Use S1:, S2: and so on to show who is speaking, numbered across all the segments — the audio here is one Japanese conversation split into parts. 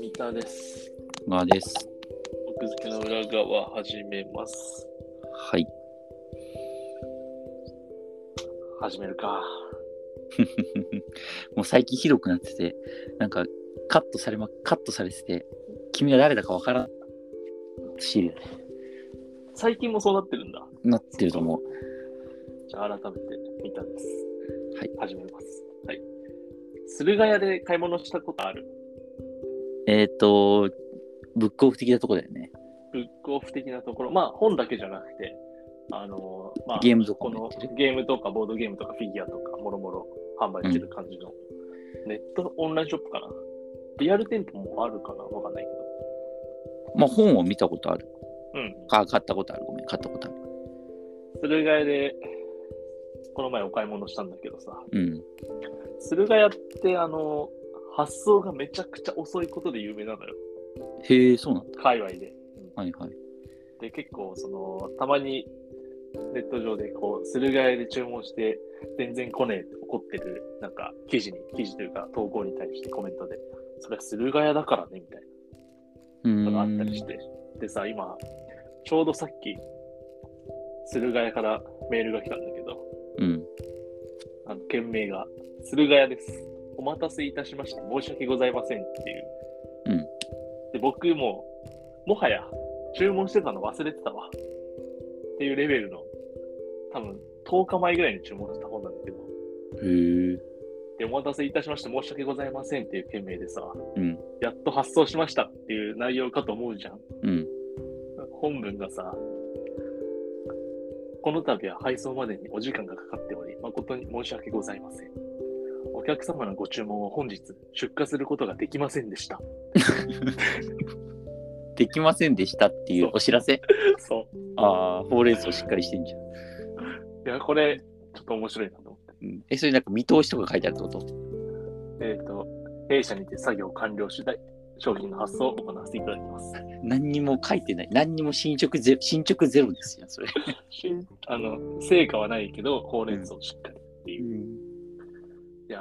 S1: 三田です。
S2: まあです。
S1: 奥付けの裏側始めます。
S2: はい。
S1: 始めるか。
S2: もう最近ひどくなってて、なんかカットされま、カットされてて、君は誰だかわからん。し、
S1: 最近もそうなってるんだ。
S2: なってると思う。
S1: じゃあ改めて三田です。
S2: はい。
S1: 始めます。はい。駿河屋で買い物したことある。
S2: えっ、ー、と、ブックオフ的なとこだよね。
S1: ブックオフ的なところ、まあ本だけじゃなくて、あのーまあ、
S2: ゲームとか
S1: こ
S2: も
S1: の
S2: やってる。
S1: ゲームとかボードゲームとかフィギュアとかもろもろ販売してる感じの、ネットオンラインショップかなリアル店舗もあるかなわかんないけど。
S2: まあ本を見たことある。
S1: うん。
S2: あ、買ったことある。ごめん、買ったことある。
S1: 駿河屋で、この前お買い物したんだけどさ、
S2: うん。
S1: 駿河屋ってあの、発送がめちゃくちゃ遅いことで有名なのよ。
S2: へえ、そうなんだ。
S1: 界隈で。うん
S2: はいはい。
S1: で、結構その、たまにネット上でこう、駿河屋で注文して、全然来ねえって怒ってる、なんか記事に、記事というか投稿に対してコメントで、それは駿河屋だからね、みたいな。
S2: うー
S1: のがあったり
S2: ん
S1: し。て、でさ、今、ちょうどさっき、駿河屋からメールが来たんだけど、
S2: うん。
S1: あの件名が、駿河屋です。お待たせいたしまして、申し訳ございませんっていう。
S2: うん
S1: で、僕も、もはや、注文してたの忘れてたわ。っていうレベルの、多分、10日前ぐらいに注文した本なんだけど、
S2: へえ。
S1: で、お待たせいたしまして、申し訳ございませんっていう件名でさ、
S2: うん。
S1: やっと発送しましたっていう内容かと思うじゃん。
S2: うん。
S1: 本文がさ、この度は配送までにお時間がかかっており、誠に申し訳ございません。お客様のご注文を本日出荷することができませんでした。
S2: できませんでしたっていうお知らせ。
S1: そ
S2: ああ、ほうれん草しっかりしてんじゃん。
S1: う。いや、これ、ちょっと面白いなと思っ
S2: うんえ、それなんか見通しとか書いてあるってこと
S1: て。えっ、と、弊社にて作業完了次第、商品の発送を行わせていただきます。
S2: 何にも書いてない。何にも進捗ゼロ、進捗ゼロですよ、それ。
S1: あの、成果はないけど、ほうれん草をしっかり。いや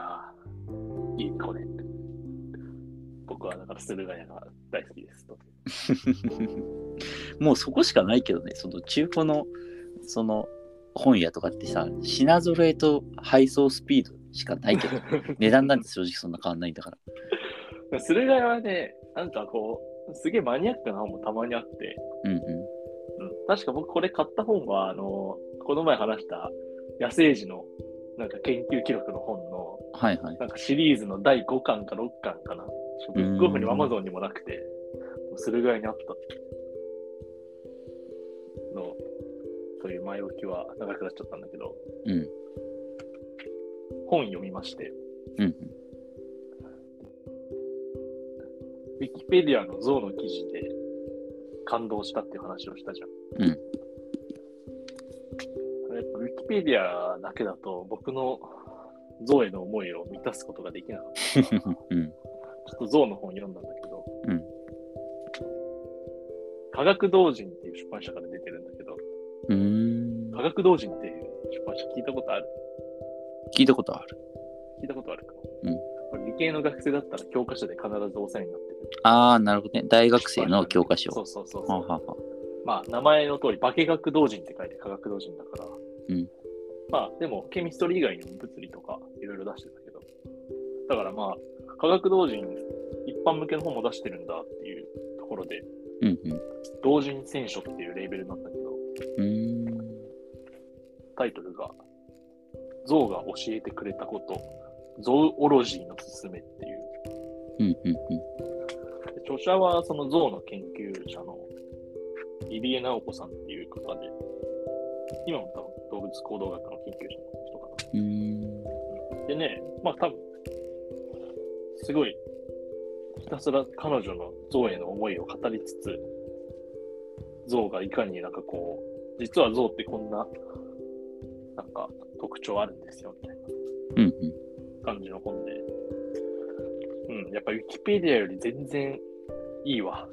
S1: ー、いいね、これ。僕はだから駿河屋が大好きです と。
S2: もうそこしかないけどね、その中古のその本屋とかってさ、品揃えと配送スピードしかないけ ど、値段なんて正直そんな変わんないんだから。
S1: 駿河屋はね、なんかこう、すげえマニアックな本もたまにあって、
S2: うんう
S1: うん、確か僕これ買った本は、あの、この前話した野生児のなんか研究記録の本の、
S2: ん。はいはい。
S1: なんかシリーズの第5巻か6巻かな。ブックオフにも Amazon にもなくて、駿河屋にあった。の、という前置きは長くなっちゃったんだけど、
S2: うん
S1: 本読みまして、
S2: うんうん。
S1: ウィキペディアの像の記事で感動したっていう話をしたじゃん。
S2: うん
S1: やっぱウィキペディアだけだと僕の像への思いを満たすことができなかった。
S2: うん。
S1: ちょっと像の本読んだんだけど、
S2: うん
S1: 科学同人っていう出版社から出てるんだけど、
S2: うーん。
S1: 科学同人っていう出版社聞いたことある
S2: 聞いたことある。
S1: 聞いたことあるか
S2: うん
S1: これ理系の学生だったら教科書で必ずお世話になってる。
S2: ああ、なるほどね。大学生の教科書。
S1: そうそうそうそう
S2: ははは。
S1: まあ、名前の通り、化学同人って書いて化学同人だから。
S2: うん
S1: まあ、でも、ケミストリー以外にも物理とかいろいろ出してたけど。だからまあ、化学同人、一般向けの本も出してるんだっていうところで、
S2: うんうん。う
S1: 同人選書っていうレーベルなんだけど、
S2: ーん。
S1: タイトルが、象が教えてくれたこと、ゾウオロジーのすすめっていう。
S2: うんうん
S1: で著者はその象の研究者の入江直子さんっていう方で、今も多分動物行動学の研究者の人か
S2: うん。うーん。
S1: な。でね、まあ多分、すごい、ひたすら彼女の象への思いを語りつつ、象がいかになんかこう、実は象ってこんな、なんか特徴あるんですよみたいな。
S2: うんうん。
S1: 感じの本で。うん、やっぱウィキペディアより全然いい わ。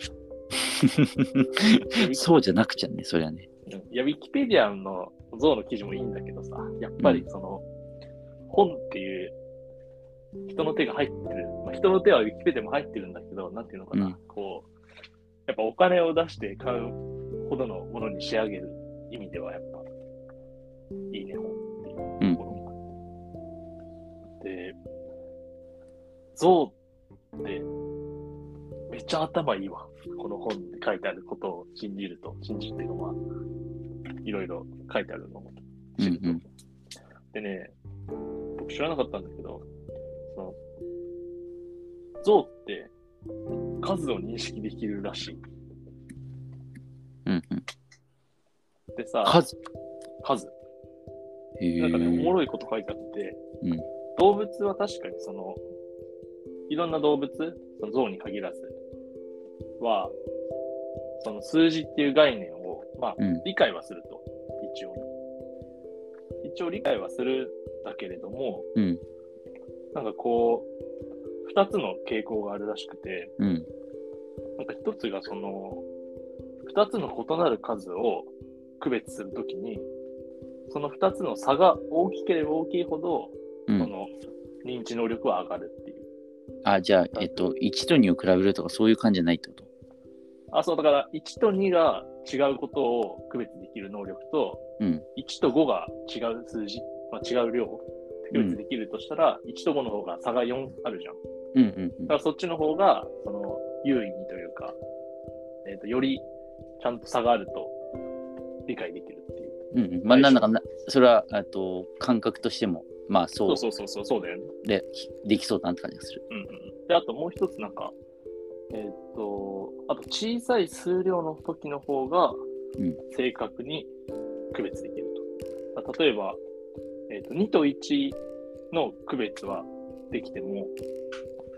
S2: そうじゃなくちゃね、そりゃね。
S1: うんいや、ウィキペディアのゾウの記事もいいんだけどさ、やっぱりその、本っていう、人の手が入ってる、まあ、人の手はウィキペディアも入ってるんだけど、なんていうのかな、
S2: うん
S1: こう、やっぱお金を出して買うほどのものに仕上げる意味では、やっぱ、いいね、本っていうところが。で、象って、めっちゃ頭いいわ。この本に書いてあることを信じると、信じるっていうのは、いろいろ書いてあるのも
S2: うん
S1: 知ると。
S2: うん
S1: でね、僕知らなかったんだけど、その、象って数を認識できるらしい。
S2: うんうん。
S1: でさ、
S2: 数
S1: 数。
S2: へえ
S1: なんかね、おもろいこと書いてあって、
S2: うん
S1: 動物は確かにその、いろんな動物、その象に限らず、は、その数字っていう概念を、まあ、
S2: うん
S1: 理解はすると、一応ね。一応理解はするんだけれども、
S2: うん
S1: なんかこう、二つの傾向があるらしくて、
S2: うん
S1: なんか一つがその、二つの異なる数を区別するときに、その二つの差が大きければ大きいほど、
S2: う
S1: そ
S2: ん。
S1: の認知能力は上がるっていう。
S2: あ、じゃあ、えっと、1と2を比べるとかそういう感じじゃないってこと
S1: あ、そう、だから1と2が違うことを区別できる能力と、
S2: うん
S1: 1と5が違う数字、まあ、違う量区別できるとしたら、1と5の方が差が4あるじゃん。
S2: うんう
S1: だ
S2: ん
S1: からそっちの方が、その、優位にというか、えっ、と、よりちゃんと差があると理解できるっていう。
S2: うん。うんうん、まあ、なんだかな、それは、あと、感覚としても、まあ、そう
S1: そうそうそうそう、そうだよね。
S2: で、きできそうだなって感じがする。
S1: うんうん。で、あともう一つなんか、えーっと、あと小さい数量の時の方が
S2: うん
S1: 正確に区別できると。だ例えば、えーっと、2と1の区別はできても、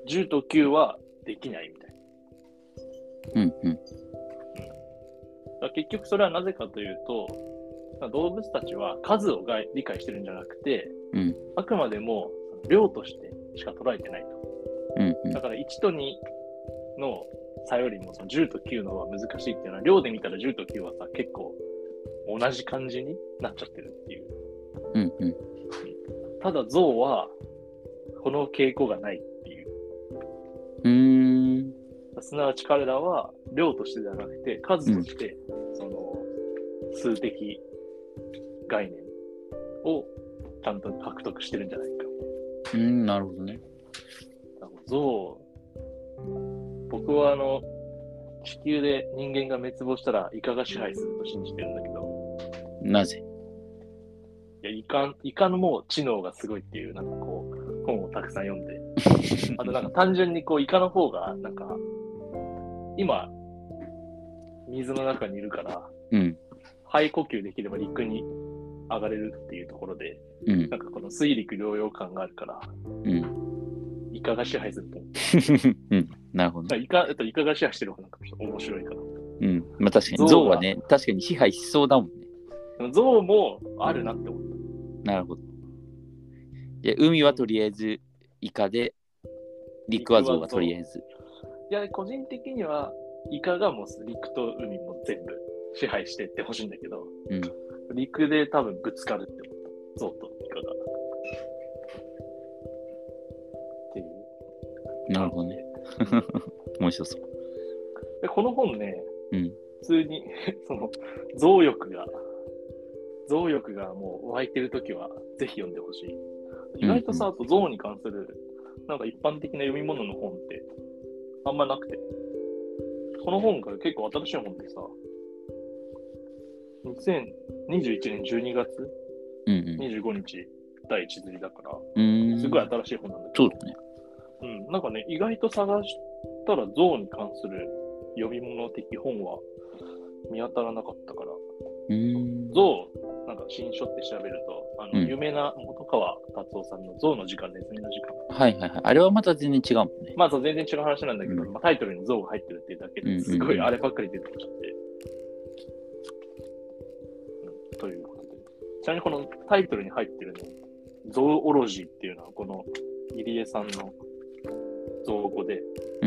S1: 10と9はできないみたい
S2: うんうん。
S1: な。だから結局それはなぜかというと、まあ動物たちは数をがい理解してるんじゃなくて、
S2: うん
S1: あくまでも量としてしか捉えてないと。
S2: うんうん
S1: だから1と2の差よりもその10と9の方が難しいっていうのは、量で見たら10と9はさ、結構同じ感じになっちゃってるっていう。
S2: うんうん。
S1: ただ象は、この傾向がないっていう。
S2: うーん。
S1: すなわち彼らは量としてではなくて、数として、その、数的概念をちゃんと獲得してるんじゃないか。
S2: うん、なるほどね。
S1: あの象、僕はあの、地球で人間が滅亡したらイカが支配すると信じてるんだけど、
S2: なぜ
S1: いや、イカ、イカのもう知能がすごいっていう、なんかこう、本をたくさん読んで、あとなんか単純にこう、イカの方が、なんか、今、水の中にいるから、
S2: うん。
S1: 肺呼吸できれば陸に上がれるっていうところで、
S2: うん
S1: な。んかこの水陸両用感があるから、
S2: うん。
S1: イカが支配すると思う。
S2: うん。なるほど
S1: だか
S2: ね。
S1: らイカ、えっと、イカが支配してる方がなんかちょっと面白いかな。
S2: うん。まあ、確か
S1: 象
S2: に、
S1: は
S2: 象はね、確かに支配しそうだもんね。
S1: でも象もあるなって思った。
S2: なるほど。で、海はとりあえずイカで、陸は象はとりあえず。
S1: いや、個人的には、イカがもう陸と海も全部支配してってほしいんだけど、
S2: うん。
S1: 陸で多分ぶつかるって思った。象とイカが。っていう。
S2: なるほどね。。面白そう。
S1: で、この本ね、
S2: うん
S1: 普通に、 その、象欲が、象欲がもう湧いてるときは、ぜひ読んでほしい。意外とさ、あと象に関する、なんか一般的な読み物の本って、あんまなくて。この本が結構新しい本でさ、2021年12月
S2: うん
S1: 25日、第一釣りだから、
S2: うん。うーん
S1: すごい新しい本なんだけど
S2: そうだね。
S1: うん、なんかね、意外と探したら象に関する呼び物的本は見当たらなかったから、
S2: うーん。
S1: 象、なんか新書って調べると、あの、
S2: うん
S1: 有名な本川達夫さんの象の時間、ネズミの時間。
S2: はいはいはい。あれはまた全然違うもんね。
S1: まあそう全然違う話なんだけど、
S2: うん
S1: まあ、タイトルに象が入ってるっていうだけ
S2: うんうん
S1: で
S2: うん
S1: すごいあればっかり出てきちゃって。うんということで。ちなみにこのタイトルに入ってるね、ゾウオロジーっていうのは、この入江さんの造語で、
S2: うん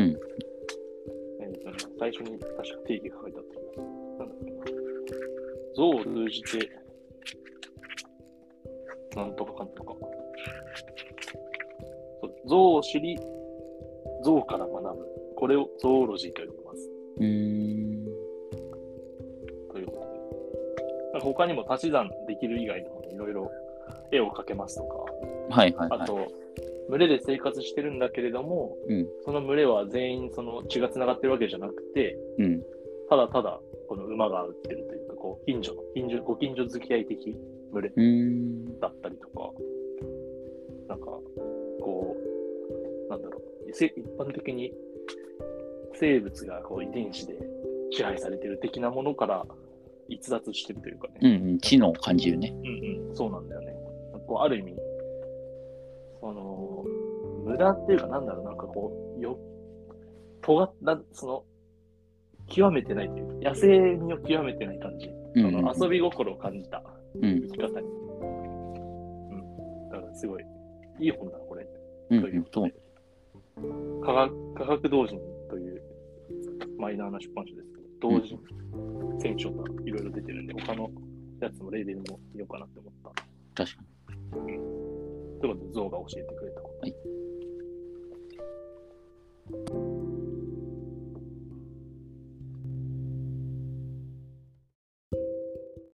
S1: えーとね最初に確か定義が書いてあったけど、なんだっけな。象を通じてなんとかかんとか。そう象を知り、象から学ぶ。これをゾオロジーと呼びます。
S2: うーん。
S1: ということで。なんか他にも足し算できる以外にもいろいろ絵を描けますとか、
S2: はいはい
S1: あ
S2: はい。
S1: と、群れで生活してるんだけれども、
S2: うん
S1: その群れは全員その血がつながってるわけじゃなくて、
S2: うん。
S1: ただただこの馬が合ってるというか、こう近所の近所、ご近所付き合い的群れ
S2: うーん。
S1: だったりとか、なんか、こう、なんだろう、せ一般的に生物がこう遺伝子で支配されてる的なものから逸脱してるというか
S2: うん
S1: ね、
S2: うん。知能を感じるね。
S1: うんうん、そうなんだよね。こうある意味、その、無駄っていうか、なんだろう、なんかこう、よ、尖った、その、極めてないというか、野生味を極めてない感じ、
S2: うん
S1: そ
S2: うん。
S1: の遊び心を感じた。
S2: うん
S1: 生き方に。うん。だからすごい、いい本だな、これ。
S2: うんうん。そう
S1: 科学、科学同人というマイナーな出版社ですけど、同人、選書がいろいろ出てるんで、他のやつもレーベルも見ようかなって思った。
S2: 確かに。
S1: ということで、ゾウが教えてくれたこと。
S2: はい